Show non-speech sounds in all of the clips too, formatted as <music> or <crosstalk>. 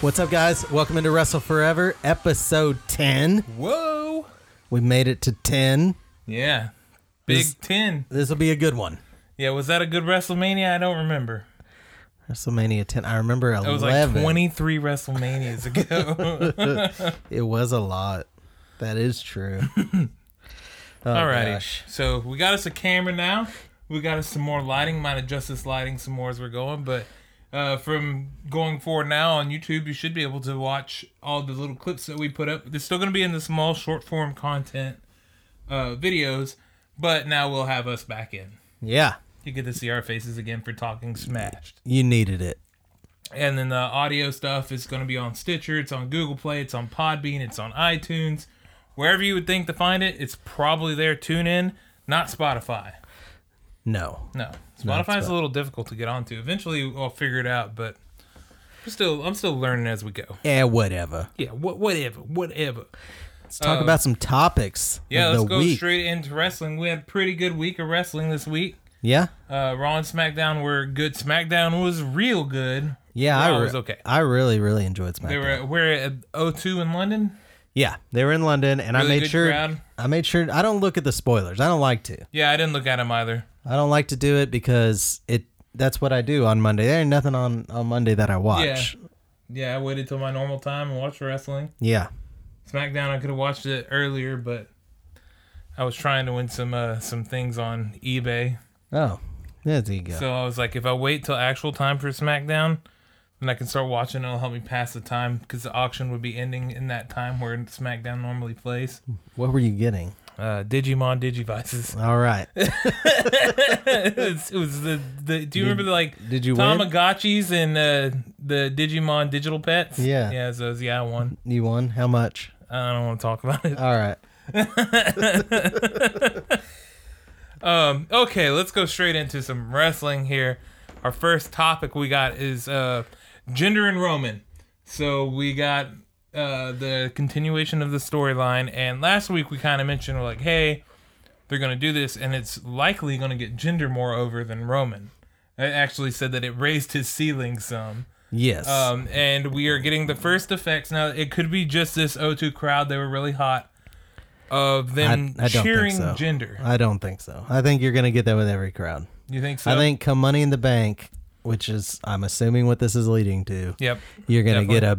What's up, guys? Welcome into Wrestle Forever, episode 10. Whoa. We made it to 10. Yeah. Big This- Ten. This will be a good one. Yeah, was that a good WrestleMania? I don't remember. WrestleMania 10. I remember It 11. was like 23 WrestleManias <laughs> Oh, ago. It was a lot. That is <laughs> true. Oh, Alrighty. gosh. So we got us a camera now. We got us some more lighting. Might adjust this lighting some more as we're going. But uh, from going forward now on YouTube, you should be able to watch all the little clips that we put up. They're still going to be in the small short form content uh, videos, but now we'll have us back in. Yeah, You get to see our faces again for talking smashed. you needed it. And then the audio stuff is going to be on Stitcher, it's on Google Play, it's on Podbean, it's on iTunes. Wherever you would think to find it, it's probably there. Tune in, not Spotify. No. No, Not Spotify's Spotify. a little difficult to get onto. Eventually, I'll figure it out, but I'm still I'm still learning as we go. Yeah, Eh, whatever. Yeah, what whatever, whatever. Let's talk about some topics. Oh. Yeah, of let's the go week. straight into wrestling. We had a pretty good week of wrestling this week. Yeah, Uh, Raw and SmackDown were good. SmackDown was real good. yeah. I Raw re- was okay. I really, really enjoyed They SmackDown. were we're at 02 in London. yeah, they were in London, and I Really made good sure. crowd. I made sure. I don't look at the spoilers. I don't like to. Yeah, I didn't look at him either. I don't like to do it because it. That's what I do on Monday. There ain't nothing on on Monday that I watch. Yeah, I waited till my normal time and watched wrestling. Yeah. SmackDown, I could have watched it earlier, but I was trying to win some uh, some things on eBay. Oh, there you go. So I was like, if I wait till actual time for SmackDown, then I can start watching. It'll help me pass the time because the auction would be ending in that time where SmackDown normally plays. what were you getting? Uh, Digimon Digivices. All right. <laughs> it was it was the, the do you remember like did you win? Tamagotchis and uh, the Digimon digital pets? Yeah. yeah, so it was- yeah, I won. You won. How much? I don't want to talk about it. All right. Um, okay, let's go straight into some wrestling here. Our first topic we got is uh, gender and Roman. So we got uh, the continuation of the storyline, and last week we kind of mentioned we're like, hey, they're gonna do this, and it's likely gonna get gender more over than Roman. It actually said that it raised his ceiling some. Yes. Um, and we are getting the first effects now. It could be just this O2 crowd; they were really hot of I, I them don't think cheering so. gender. I don't think so. I think you're gonna get that with every crowd. You think so? I think come Money in the Bank, which is I'm assuming what this is leading to. Yep. You're gonna get a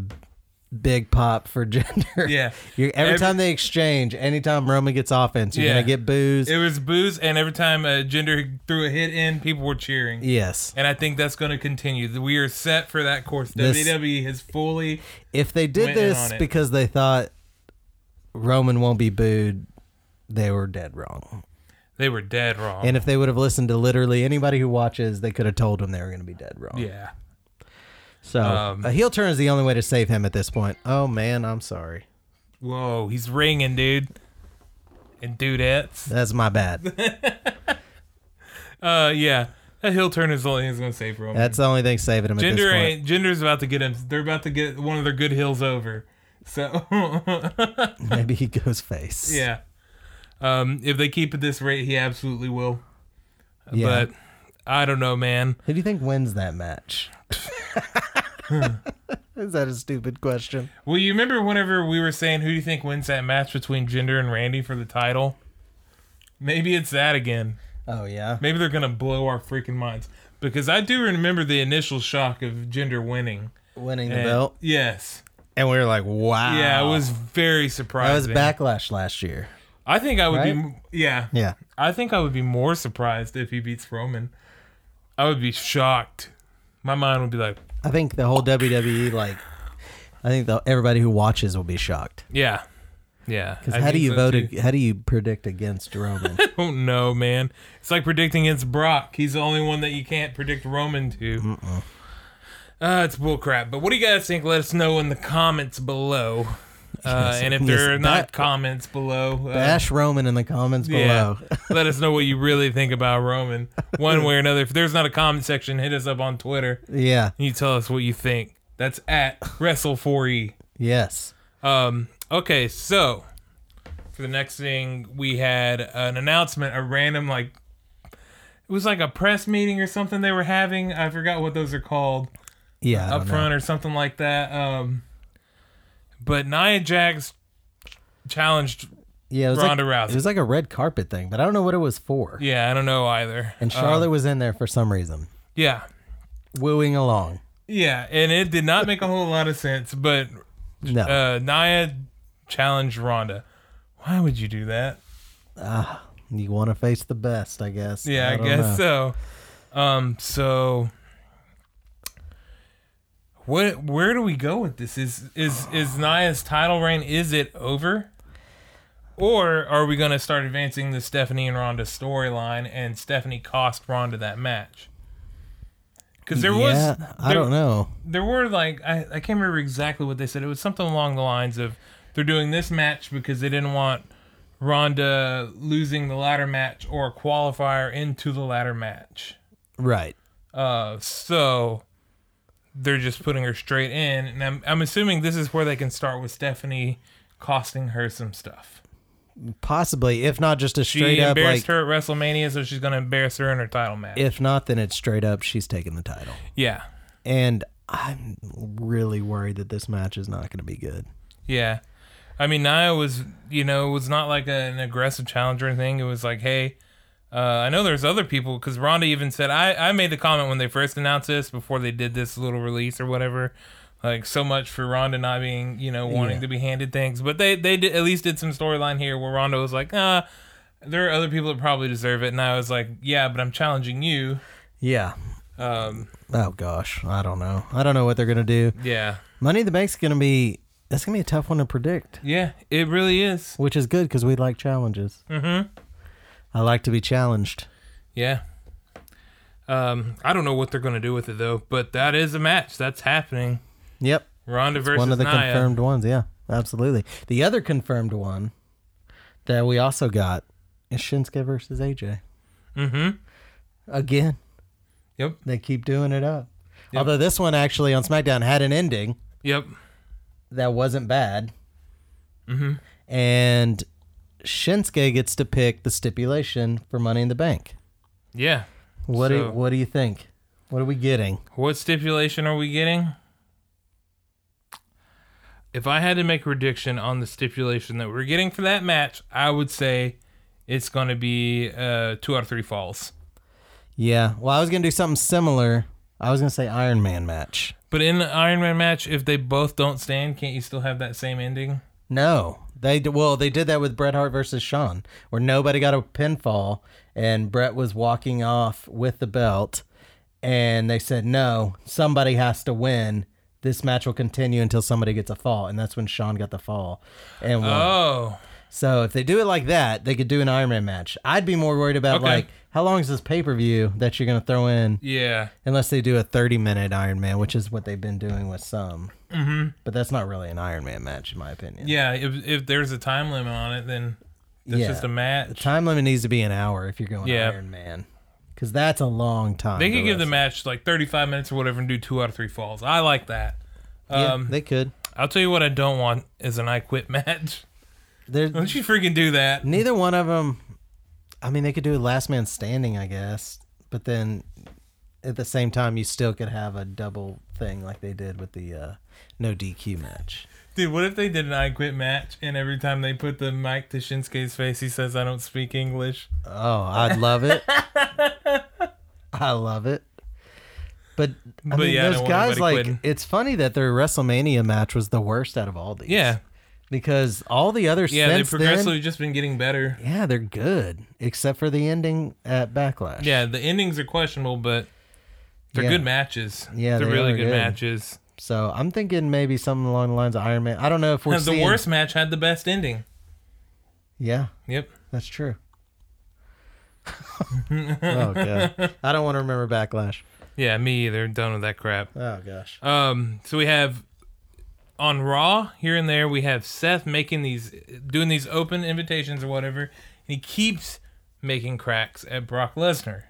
big pop for <laughs> gender. Yeah. You're, every, Every- time they exchange, anytime Roman gets offense, you're Yeah. gonna get booze. It was booze, and every time uh, Gender threw a hit in, people were cheering. yes. And I think that's going to continue. We are set for that course. This- WWE has fully. If they did Went in this on it. because they thought Roman won't be booed, they were dead wrong. They were dead wrong. And if they would have listened to literally anybody who watches, they could have told him they were going to be dead wrong. yeah. So Um, a heel turn is the only way to save him at this point. Oh man, I'm sorry. Whoa, he's ringing, dude. And dudettes. That's my <laughs> bad. Uh, yeah. A heel turn is the only thing that's going to save Roman. That's the only thing saving him Gender at this ain't. Gender's about to get him. They're about to get one of their good heels over. So, <laughs> point. Maybe he goes face. yeah. Um, if they keep at this rate, he absolutely will. Yeah. But I don't know, man. Who do you think wins that <laughs> match? <laughs> is that a stupid question? Well, you remember whenever we were saying who do you think wins that match between Jinder and Randy for the title? Maybe it's that again. Oh yeah. Maybe they're gonna blow our freaking minds because I do remember the initial shock of Jinder winning. Winning the And- belt. Yes. And we were like, wow. Yeah, I was That very was surprised. backlash last year. I think I would be. Right? m- Yeah. Yeah. I think I would be more surprised if he beats Roman. I would be shocked. My mind would be like, I think the whole WWE like I think the, everybody who watches will be shocked. yeah, yeah. I How do think you so, vote? too. ag- How do you predict against <laughs> Roman? don't know, man. It's like predicting it's Brock. He's the only one that you can't predict Roman to. Uh, it's bullcrap. But what do you guys think? Let us know in the <laughs> comments below. Uh, and if yes, there are not that- comments below, uh, Bash Roman in the comments <laughs> yeah, below. <laughs> let us know what you really think about <laughs> Roman, one way or another. If there's not a comment section, hit us up on Twitter. Yeah. And you tell us what you think. That's at E. Wrestle4E. Yes. Um, okay, so for the next thing, we had an announcement, a random like it was like a press meeting or something they were having. I forgot what those are called. Yeah, I up don't know. front or something like that. Um, but Nia Jax challenged. Yeah, it was Ronda like, Rousey. It was like a red carpet thing, but I don't know what it was for. Yeah, um, I don't know either. And Charlotte was in there for some reason, Yeah, wooing along. yeah, and it did not make a whole lot of sense. But No, uh, Nia challenged Ronda. Why would you do that? you want to face the best, I guess. Yeah, I, don't guess know. so. Um, so what? Where do we go with this? Is is is Nia's title reign? Is it over? Or are we gonna start advancing the Stephanie and Ronda storyline, and Stephanie cost Ronda that match? Because there was, yeah, I there- don't know. there were like I, I can't remember exactly what they said. It was something along the lines of they're doing this match because they didn't want Ronda losing the ladder match or a qualifier into the ladder match. Right. Uh, so they're just putting her straight in, and I'm I'm assuming this is where they can start with Stephanie costing her some stuff. Possibly, if not just a She straight up like embarrassed her at WrestleMania, so she's gonna embarrass her in her title match. if not then it's straight up she's taking the title. yeah, And I'm really worried that this match is not going to be good. Yeah. I mean, Nia was, you know, was not like a, an aggressive challenge or anything. It was like, hey, uh, I know there's other people because Ronda even said, I, I made the comment when they first announced this before they did this little release or whatever. Like, so much for Ronda not being, you know, wanting to be handed things. But they, they did, at least did some storyline here where Ronda was like, ah, there are other people that probably deserve it. And I was like, yeah, but I'm challenging you. Yeah. Um, Oh gosh, I don't know. I don't know what they're going to do. yeah. Money in the Bank's going to be that's going to be a tough one to predict, Yeah, it really is. which is good cuz we like challenges. Mhm. Mm-hmm. I like to be challenged. Yeah. Um, I don't know what they're gonna do with it though, but that is a match that's happening. Yep. Ronda versus one of the Nia. confirmed ones. Yeah, absolutely. The other confirmed one that we also got is Shinsuke versus AJ. Mm-hmm. Again, Yep. they keep doing it up. Although this one actually on SmackDown had an ending Yep. that wasn't bad. Mm-hmm. And Shinsuke gets to pick the stipulation for Money in the Bank. Yeah. What do So- What do you think? What are we getting? What stipulation are we getting? If I had to make a prediction on the stipulation that we're getting for that match, I would say it's gonna be uh two out of three falls. Yeah. Well, I was gonna do something similar. I was gonna say Iron Man match. But in the Iron Man match, if they both don't stand, can't you still have that same ending? No, they d- well they did that with Bret Hart versus Shawn, where nobody got a pinfall, and Bret was walking off with the belt, and they said no, somebody has to win. This match will continue until somebody gets a fall, and that's when Shawn got the fall, and won. Oh. so if they do it like that, they could do an Iron Man match. I'd be more worried about Okay. like how long is this pay per view that you're gonna throw in, Yeah. unless they do a 30 minute Iron Man, which is what they've been doing with some. Mm-hmm. But that's not really an Iron Man match, in my opinion. Yeah, if if there's a time limit on it, then it's Yeah. just a The match. time limit needs to be an hour if you're going Yeah. Iron Man, because that's a long time. They to could give the wrestle. match like 35 minutes or whatever and do two out of three falls. I like that. Yeah, Um, they could. I'll tell you what I don't want is an I quit match. <laughs> There, Don't you freaking do that. neither one of them. I mean, they could do a last man standing, I guess, but then at the same time, you still could have a double thing like they did with the uh, no DQ match. Dude, what if they did an I quit match and every time they put the mic to Shinsuke's face, he says, I don't speak English? Oh, I'd love <laughs> it. I love it. But I But mean, yeah, I those don't want guys anybody like quitting. it's funny that their WrestleMania match was the worst out of all these. Yeah. because all the others Yeah, since they've then, progressively just been getting better. Yeah, they're good, except for the ending at Backlash. Yeah, the endings are questionable, but they're Yeah. good matches. Yeah, they're they really are good, good. matches. So I'm thinking maybe something along the lines of Iron Man. I don't know if we're <laughs> the seeing- worst match had the best ending. Yeah, Yep. that's <laughs> true. oh god, I don't want to remember Backlash. Yeah, me either. Done with that crap. Oh gosh. Um, so we have on Raw here and there we have Seth making these, doing these open invitations or whatever, and he keeps making cracks at Brock Lesnar.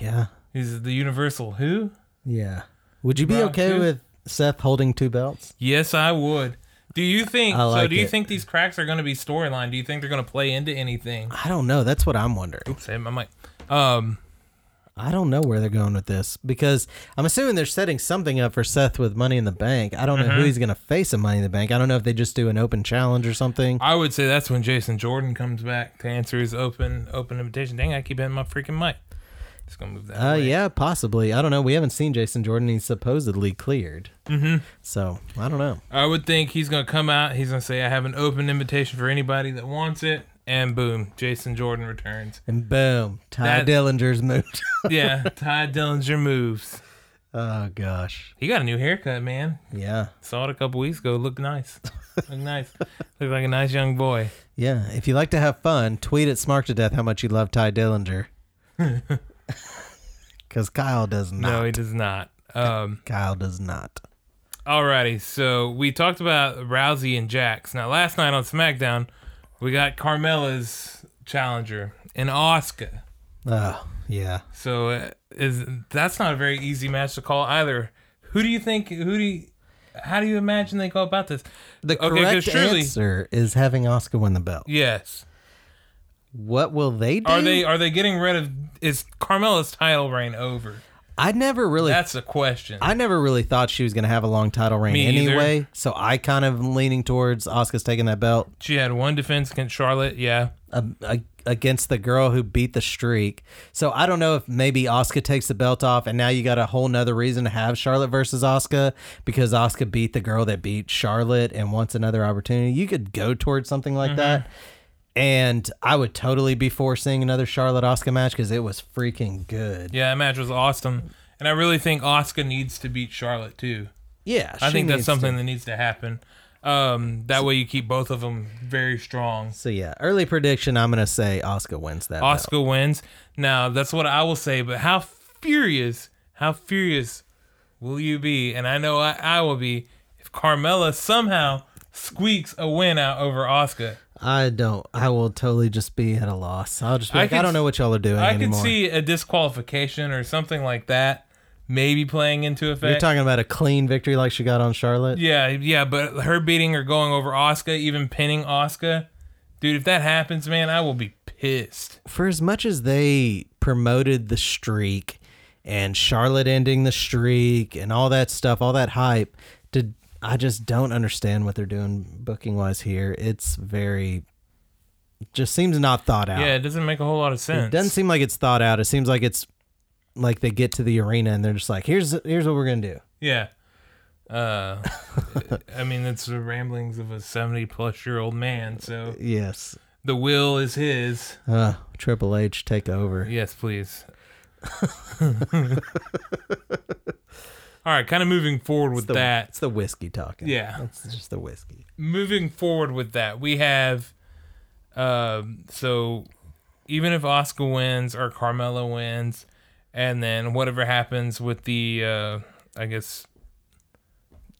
Yeah, He's the Universal Who? yeah. Would you be Rock okay two? with Seth holding two belts? Yes, I would. Do you think? I so like do you it. think these cracks are going to be storyline? Do you think they're going to play into anything? I don't know. That's what I'm wondering. Oops, I hit my mic. Um, I don't know where they're going with this because I'm assuming they're setting something up for Seth with Money in the Bank. I don't know Mm-hmm. who he's going to face in Money in the Bank. I don't know if they just do an open challenge or something. I would say that's when Jason Jordan comes back to answer his open open invitation. Dang, I keep hitting my freaking mic. Just gonna move that. Uh, way. yeah, possibly. I don't know. We haven't seen Jason Jordan. He's supposedly cleared. Mm-hmm. So I don't know. I would think he's gonna come out. He's gonna say, "I have an open invitation for anybody that wants it," and boom, Jason Jordan returns. And boom, Ty That- Dillinger's <laughs> moved. Yeah, <laughs> Ty Dillinger moves. oh gosh, He got a new haircut, man. yeah, Saw it a couple weeks ago. Looked nice. <laughs> Looked nice. Looked like a nice young boy. yeah. If you like to have fun, tweet at Smart to Death how much you love Ty <laughs> Dillinger. Because Kyle does not. No, he does not. Um, Kyle does not. alrighty, so we talked about Rousey and Jax. Now, last night on SmackDown, we got Carmella's challenger and Oscar. Oh yeah. So uh, is that's not a very easy match to call either. Who do you think? Who do? You, how do you imagine they go about this? The 'cause correct surely- answer is having Oscar win the belt. Yes. What will they do? Are they are they getting rid of is Carmella's title reign over? I never really That's the question. I never really thought she was going to have a long title reign Me either. anyway, so I kind of am leaning towards Oscar's taking that belt she had one defense against Charlotte. Yeah. um, ag- against the girl who beat the streak. So I don't know if maybe Oscar takes the belt off, and now you got a whole nother reason to have Charlotte versus Oscar because Oscar beat the girl that beat Charlotte and wants another opportunity. You could go towards something like Mm-hmm. that. And I would totally be for seeing another Charlotte Oscar match because it was freaking good. Yeah, that match was awesome. And I really think Oscar needs to beat Charlotte too. Yeah, I she think needs that's to. something that needs to happen. Um, that way you keep both of them very strong. So yeah, early prediction. I'm gonna say Oscar wins that. belt. Oscar wins. Now that's what I will say. But how furious, how furious will you be? And I know I, I will be if Carmella somehow squeaks a win out over Oscar. I don't. I will totally just be at a loss. I'll just be I like, I could don't know what y'all are doing I could anymore. see a disqualification or something like that, maybe playing into effect. You're talking about a clean victory like she got on Charlotte. yeah, yeah. But her beating or going over Oscar, even pinning Oscar, dude. If that happens, man, I will be pissed. For as much as they promoted the streak and Charlotte ending the streak and all that stuff, all that hype, did I just don't understand what they're doing booking wise here. It's very just seems not thought out. Yeah, it doesn't make a whole lot of sense. It doesn't seem like it's thought out. It seems like it's like they get to the arena and they're just like, here's here's what we're gonna do. Yeah. Uh, <laughs> I mean, it's the ramblings of a 70 plus year old man, so Yes. the will is his. Uh, Triple H take over. Yes, please. <laughs> All right, kind of moving forward with The- that. it's the whiskey talking. Yeah. it's just the whiskey. Moving forward with that, we have. Um, so even if Oscar wins or Carmella wins, and then whatever happens with the, uh, I guess,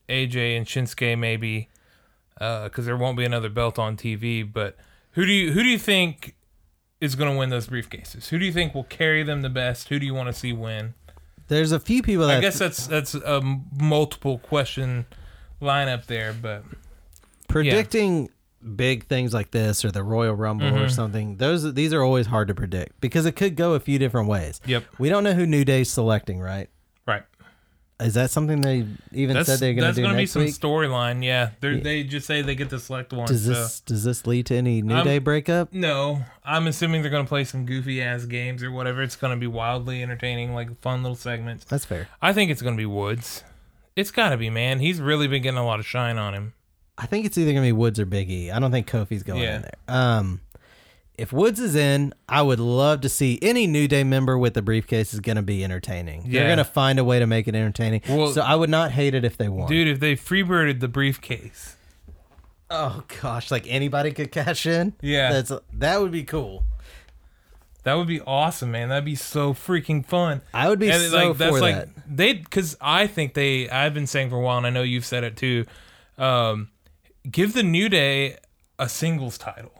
AJ and Shinsuke maybe, because there won't be another belt on TV. But who do you who do you think is going to win those briefcases? Who do you think will carry them the best? Who do you want to see win? There's a few people that I guess that's that's a m- multiple question lineup there, but predicting big things like this or the Royal Rumble Mm-hmm. or something. Those these are always hard to predict because it could go a few different ways. Yep. We don't know who New Day's selecting, right? right. Is that something they even That's, said they're going that's to do gonna be next some week? storyline, yeah. They're They just say they get to select one. Does so. this does this lead to any New I'm- Day breakup? No, I'm assuming they're gonna play some goofy ass games or whatever. It's gonna be wildly entertaining, like fun little segments. That's fair. I think it's gonna be Woods. It's gotta be, man. He's really been getting a lot of shine on him. I think it's either gonna be Woods or Big E. I don't think Kofi's going Yeah. in there. Um, if Woods is in, I would love to see any New Day member with the briefcase is gonna be entertaining. They're Yeah. gonna find a way to make it entertaining. Well- so I would not hate it if they won. Dude, if they freebirded the briefcase. Oh gosh, like anybody could cash in. Yeah. that's that would be cool. That would be awesome, man. That'd be so freaking fun. I would be And, so for that. they because I think they I've been saying for a while, and I know you've said it too. Um, give the New Day a singles title.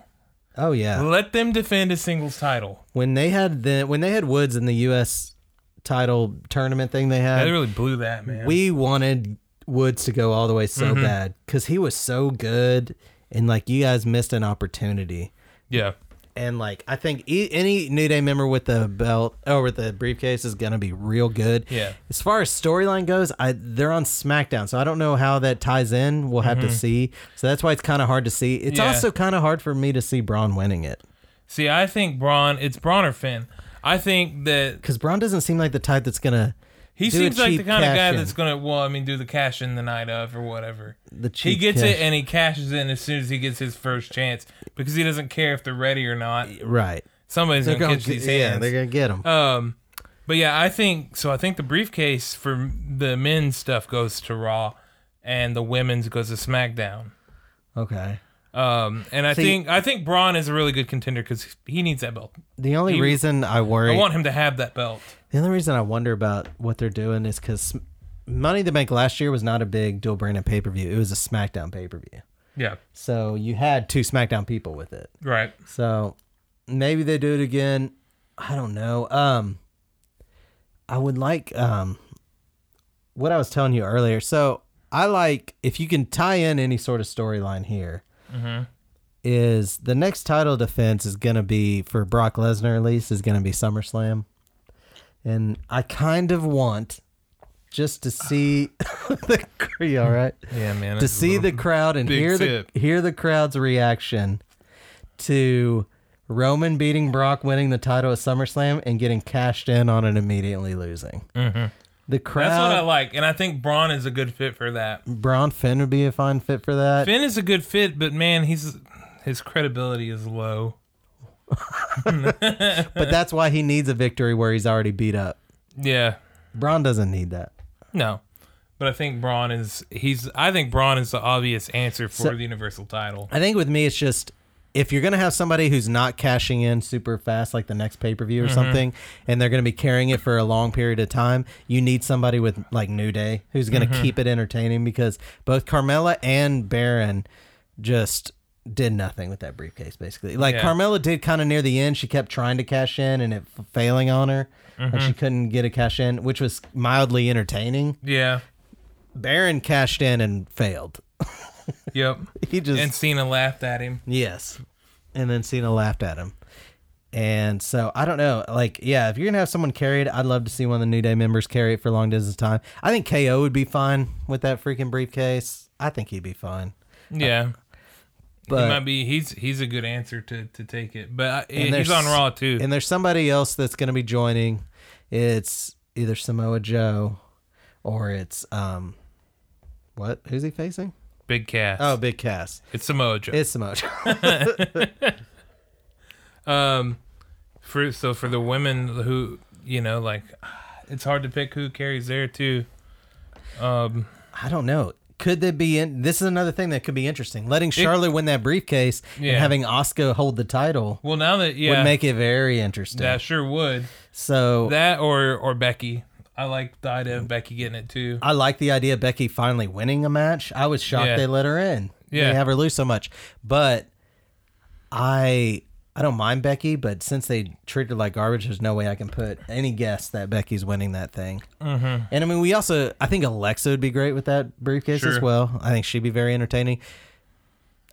Oh yeah, Let them defend a singles title. when they had the when they had Woods in the U.S. title tournament thing they had, They really blew that, man. we wanted Woods to go all the way so Mm-hmm. bad because he was so good, and like you guys missed an opportunity. yeah. And like, I think e- any New Day member with the belt or with the briefcase is gonna be real good. Yeah. As far as storyline goes, I they're on SmackDown, so I don't know how that ties in. We'll have to see. So that's why it's kind of hard to see. It's Mm-hmm. Yeah. also kind of hard for me to see Braun winning it See, I think Braun. It's Braun or Finn. I think that because Braun doesn't seem like the type that's gonna. he do a seems like the cheap kind of guy cash-in. that's gonna. Well, I mean, do the cash in the night of or whatever. the He cheap gets cash- it and he cashes in as soon as he gets his first chance because he doesn't care if they're ready or not. right. Somebody's They're gonna, gonna catch these get- yeah, hands. they're gonna get him. Um, but yeah, I think so. I think the briefcase for the men's stuff goes to Raw, and the women's goes to SmackDown. okay. Um, and I See- think I think Braun is a really good contender because he needs that belt. The only he- reason I worry I want him to have that belt. The only reason I wonder about what they're doing is because Money in the Bank last year was not a big dual branded pay per view. It was a SmackDown pay per view. Yeah, So you had two SmackDown people with it. right. So maybe they do it again. I don't know. Um, I would like um, what I was telling you earlier. So I like if you can tie in any sort of storyline here. Is the next title defense is going to be for Brock Lesnar at least is going to be SummerSlam, and I kind of want just to see <laughs> the are you all right Yeah, man. to that's a see little- the crowd and big hear tip. the hear the crowd's reaction to Roman beating Brock, winning the title at SummerSlam, and getting cashed in on it immediately losing. The Mm-hmm. that's what I crowd, like, and I think Braun is a good fit for that. Braun Finn would be a fine fit for that. Finn is a good fit, but man, he's his credibility is low. But that's why he needs a victory where he's already beat up. Yeah, Braun doesn't need that. no. But I think Braun is he's I think Braun is the obvious answer for So- the universal title. I think with me, it's just if you're going to have somebody who's not cashing in super fast, like the next pay per Mm-hmm. view or something, and they're going to be carrying it for a long period of time, you need somebody with like New Day who's going to Mm-hmm. keep it entertaining because both Carmella and Baron just did nothing with that briefcase basically. Like Yeah. Carmella did kind of near the end, she kept trying to cash in and it f- failing on her. And Mm-hmm. she couldn't get a cash in, which was mildly entertaining. Yeah. Baron cashed in and failed. Yep. <laughs> He just And Cena laughed at him. Yes. And then Cena laughed at him. And so I don't know. Like, yeah, if you're gonna have someone carry it, I'd love to see one of the New Day members carry it for a long distance time. I think KO would be fine with that freaking briefcase. I think he'd be fine. Yeah. Uh, he But might be he's he's a good answer to to take it. But I, there's- he's on Raw too. and there's somebody else that's gonna be joining. It's either Samoa Joe or it's um what? Who's he facing? Big Cass. Oh, Big Cass. it's Samoa Joe. It's Samoa Joe. um for so for the women who, you know, like it's hard to pick who carries there too. Um I don't know. Could that be in? This is another thing that could be interesting. Letting Charlotte win that briefcase Yeah. and having Oscar hold the title well now that yeah would make it very interesting. that sure would. so That or or Becky. I like the idea of Becky getting it too. I like the idea of Becky finally winning a match. I was shocked Yeah. they let her in. Yeah. they have her lose so much, but I I don't mind Becky. But since they treated her like garbage, there's no way I can put any guess that Becky's winning that thing. Mm-hmm. And I mean, we also I think Alexa would be great with that briefcase as Sure. well. I think she'd be very entertaining.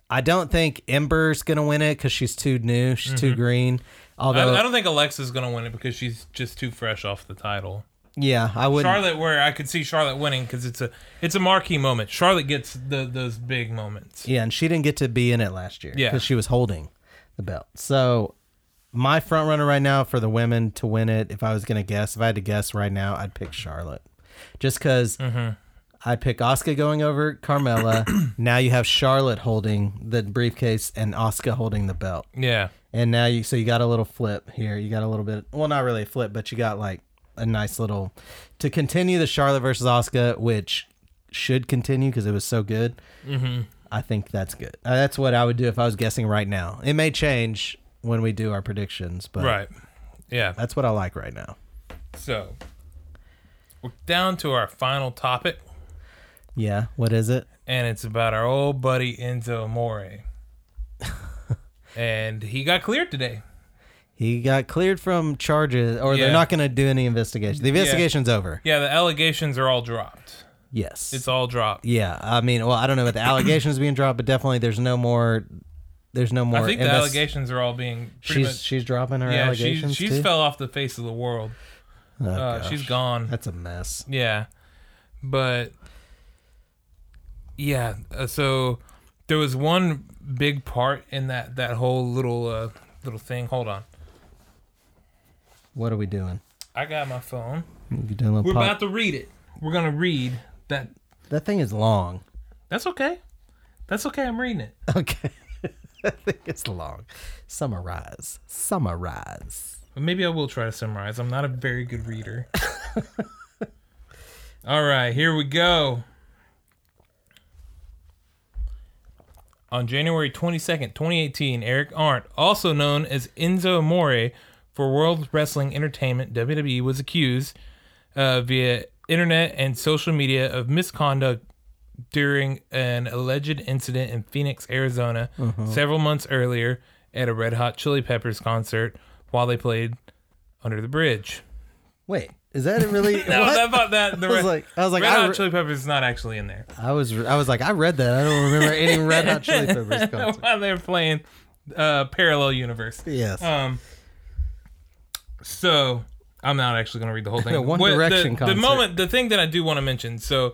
I don't think Ember's gonna win it because she's too new. She's too green. Mm-hmm. I, Although, I don't think Alexa's gonna win it because she's just too fresh off the title. yeah, I would. not Charlotte, where I could see Charlotte winning because it's a it's a marquee moment. Charlotte gets the, those big moments. Yeah, and she didn't get to be in it last year Yeah. because she was holding the belt. So my front runner right now for the women to win it, if I was gonna guess, if I had to guess right now, I'd pick Charlotte, just because I'd pick Oscar going over Carmella. <clears throat> now you have Charlotte holding the briefcase and Oscar holding the belt, Yeah, and now you so you got a little flip here. You got a little bit, well, not really a flip, but you got like a nice little to continue the Charlotte versus Oscar, which should continue because it was so good. Mm-hmm. I think that's good. Uh, that's what I would do if I was guessing right now. It may change when we do our predictions, but right. Yeah. that's what I like right now. So we're down to our final topic, Yeah. What is it? and it's about our old buddy Enzo <laughs> Amore. and he got cleared today. He got cleared from charges, or Yeah. they're not going to do any investigation. The investigation's over. Yeah, the allegations are all dropped. Yes. It's all dropped. yeah. I mean, well, I don't know about the allegations being dropped, but definitely there's no more There's no more. I think the invest- allegations are all being pretty She's much. she's dropping her yeah, she, allegations she's too. fell off the face of the world. Oh, Uh, gosh. she's gone. That's a mess. Yeah, but yeah. uh, So there was one big part in that that whole little uh, little thing. Hold on, What are we doing? I got my phone. You doing a little We're pop- about to read it. We're gonna read that. that thing is long. <laughs> That's okay. That's okay. I'm reading it. Okay. I think it's long. Summarize. Summarize. But maybe I will try to summarize. I'm not a very good reader. <laughs> All right, here we go. On January 22nd, 2018, Eric Arndt, also known as Enzo Amore for World Wrestling Entertainment, WWE, was accused uh, via internet and social media of misconduct during an alleged incident in Phoenix, Arizona, Mm-hmm. several months earlier at a Red Hot Chili Peppers concert while they played Under the Bridge. Wait, is that it really? <laughs> No, what? that, <laughs> that, that, the I was Red- like, I was like, Red I, Hot re- Chili Peppers is not actually in there. I was, I was like, I read that. I don't remember any Red Hot Chili <laughs> Peppers concert. while they're playing uh, Parallel Universe. Yes. Um. So I'm not actually going to read the whole <laughs> thing. One What- Direction the, the concert. moment, the thing that I do want to mention. So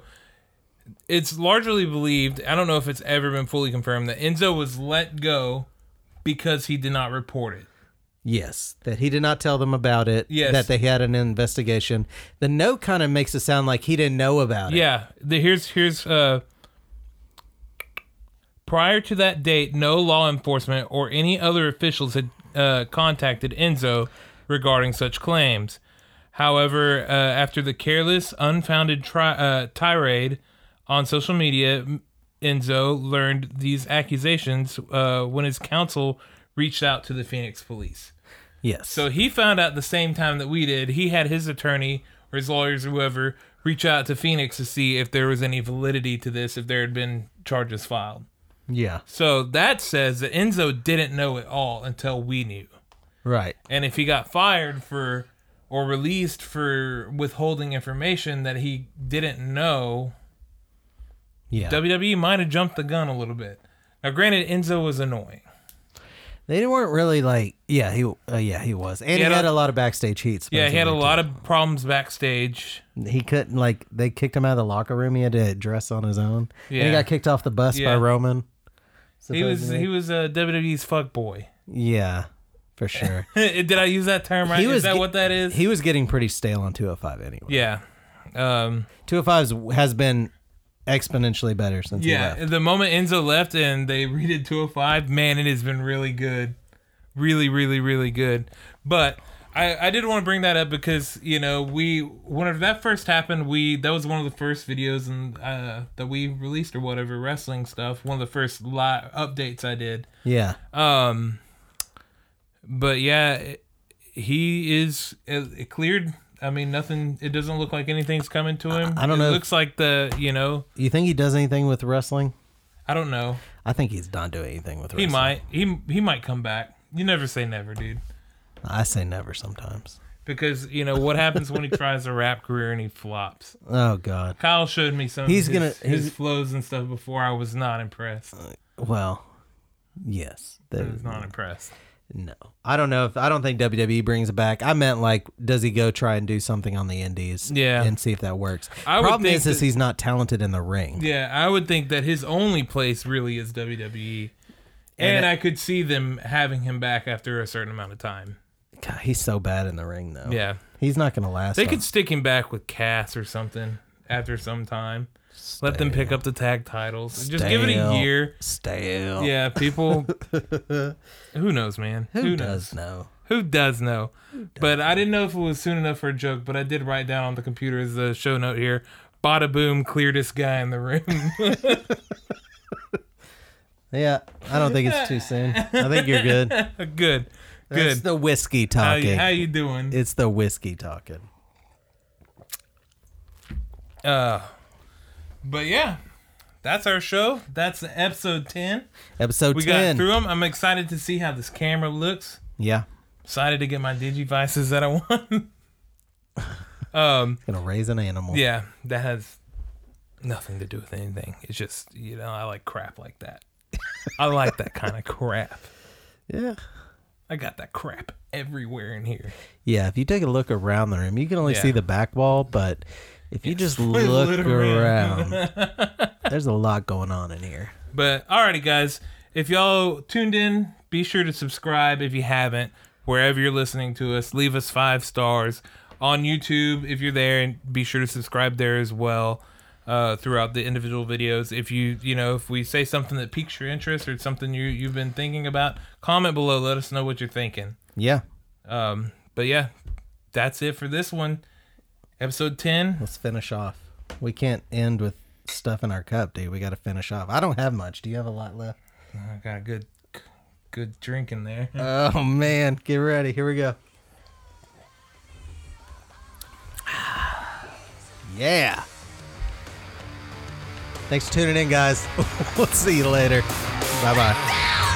it's largely believed. I don't know if it's ever been fully confirmed that Enzo was let go because he did not report it. Yes, that he did not tell them about it. Yes. that they had an investigation. The note kind of makes it sound like he didn't know about it. Yeah. The, here's here's uh prior to that date, no law enforcement or any other officials had uh, contacted Enzo regarding such claims. However, uh, after the careless, unfounded tri- uh, tirade on social media, M- Enzo learned these accusations uh, when his counsel reached out to the Phoenix police. Yes. So he found out the same time that we did. He had his attorney or his lawyers, or whoever, reach out to Phoenix to see if there was any validity to this, if there had been charges filed. yeah. So that says that Enzo didn't know it all until we knew. Right. And if he got fired for or released for withholding information that he didn't know, Yeah. WWE might have jumped the gun a little bit. Now, granted, Enzo was annoying. they weren't really like. Yeah. He. Uh, yeah. He was, and he, had had, a- a lot of backstage heat. Yeah, he had a lot of problems backstage. He couldn't like. They kicked him out of the locker room. He had to dress on his own. And Yeah. he got kicked off the bus Yeah. by Roman. He was supposedly. he was a WWE's fuck boy. Yeah. For <laughs> sure. Did I use that term right? He was is that ge- what that is? he was getting pretty stale on 205 anyway. yeah. Um, 205 has been exponentially better since he yeah. left. The moment Enzo left and they <laughs> redid 205, man, it has been really good. Really, really, really good. But I, I did want to bring that up because, you know, we, whenever that first happened, we, that was one of the first videos and uh, that we released or whatever, wrestling stuff. One of the first live updates I did. Yeah. Um, but yeah, it- he is it, it cleared. I mean, nothing. It doesn't look like anything's coming to him. I don't know It if- looks like the you know. You think he does anything with wrestling? I don't know. I think he's not doing anything with He wrestling. might. He he might come back. You never say never, dude. I say never sometimes. Because you know what <laughs> happens when he tries a rap career and he flops. Oh God. Kyle showed me some. of He's his, gonna- his he's- Uh, flows and stuff before. I was not impressed. Well, yes. I There- was not impressed. no. I don't know if I don't think WWE brings it back. I meant like, does he go try and do something on the Indies? Yeah. And see if that works. I would Problem think is, is that- he's not talented in the ring. Yeah, I would think that his only place really is WWE. And, And I could see them having him back after a certain amount of time. God, he's so bad in the ring though. Yeah. He's not gonna last. They on could stick him back with Cass or something after some time. Let them pick up the tag titles. Just give it a stale- year. Stale. <laughs> Yeah, people. who knows, man? Who, knows? does know? Who does know? But I didn't know if it was soon enough for a joke, but I did write down on the computer as a show note here. Bada boom, clearest guy in the room. <laughs> Yeah, I don't think it's too <laughs> soon. I think you're good. Good. It's Good. the whiskey How you- talking. how you doing? it's the whiskey talking. Uh, but yeah, that's our show. That's episode 10. Episode We got 10. through them. I'm excited to see how this camera looks. Yeah. Excited to get my digivices that I want. <laughs> um, Gonna raise an animal. yeah, that <laughs> has nothing to do with anything. It's just, you know, I like crap like that. I like that kind of crap. Yeah. I got that crap everywhere in here. Yeah, if you take a look around the room, you can only Yeah. see the back wall, but if you <laughs> just really look little room. around, <laughs> there's a lot going on in here. But alrighty, guys. If y'all tuned in, be sure to subscribe if you haven't. Wherever you're listening to us, leave us five stars on YouTube if you're there, and be sure to subscribe there as well. Uh, throughout the individual videos, if you you know if we say something that piques your interest or something you you've been thinking about, comment below. Let us know what you're thinking. Yeah, Um, but yeah, that's it for this one, episode ten. let's finish off. We can't end with stuff in our cup, dude. We got to finish off. I don't have much. Do you have a lot left? I got a good, good drink in there. <laughs> Oh, man. Get ready. Here we go. <sighs> Yeah. <laughs> Thanks for tuning in, guys. we'll see you later. Bye bye. down.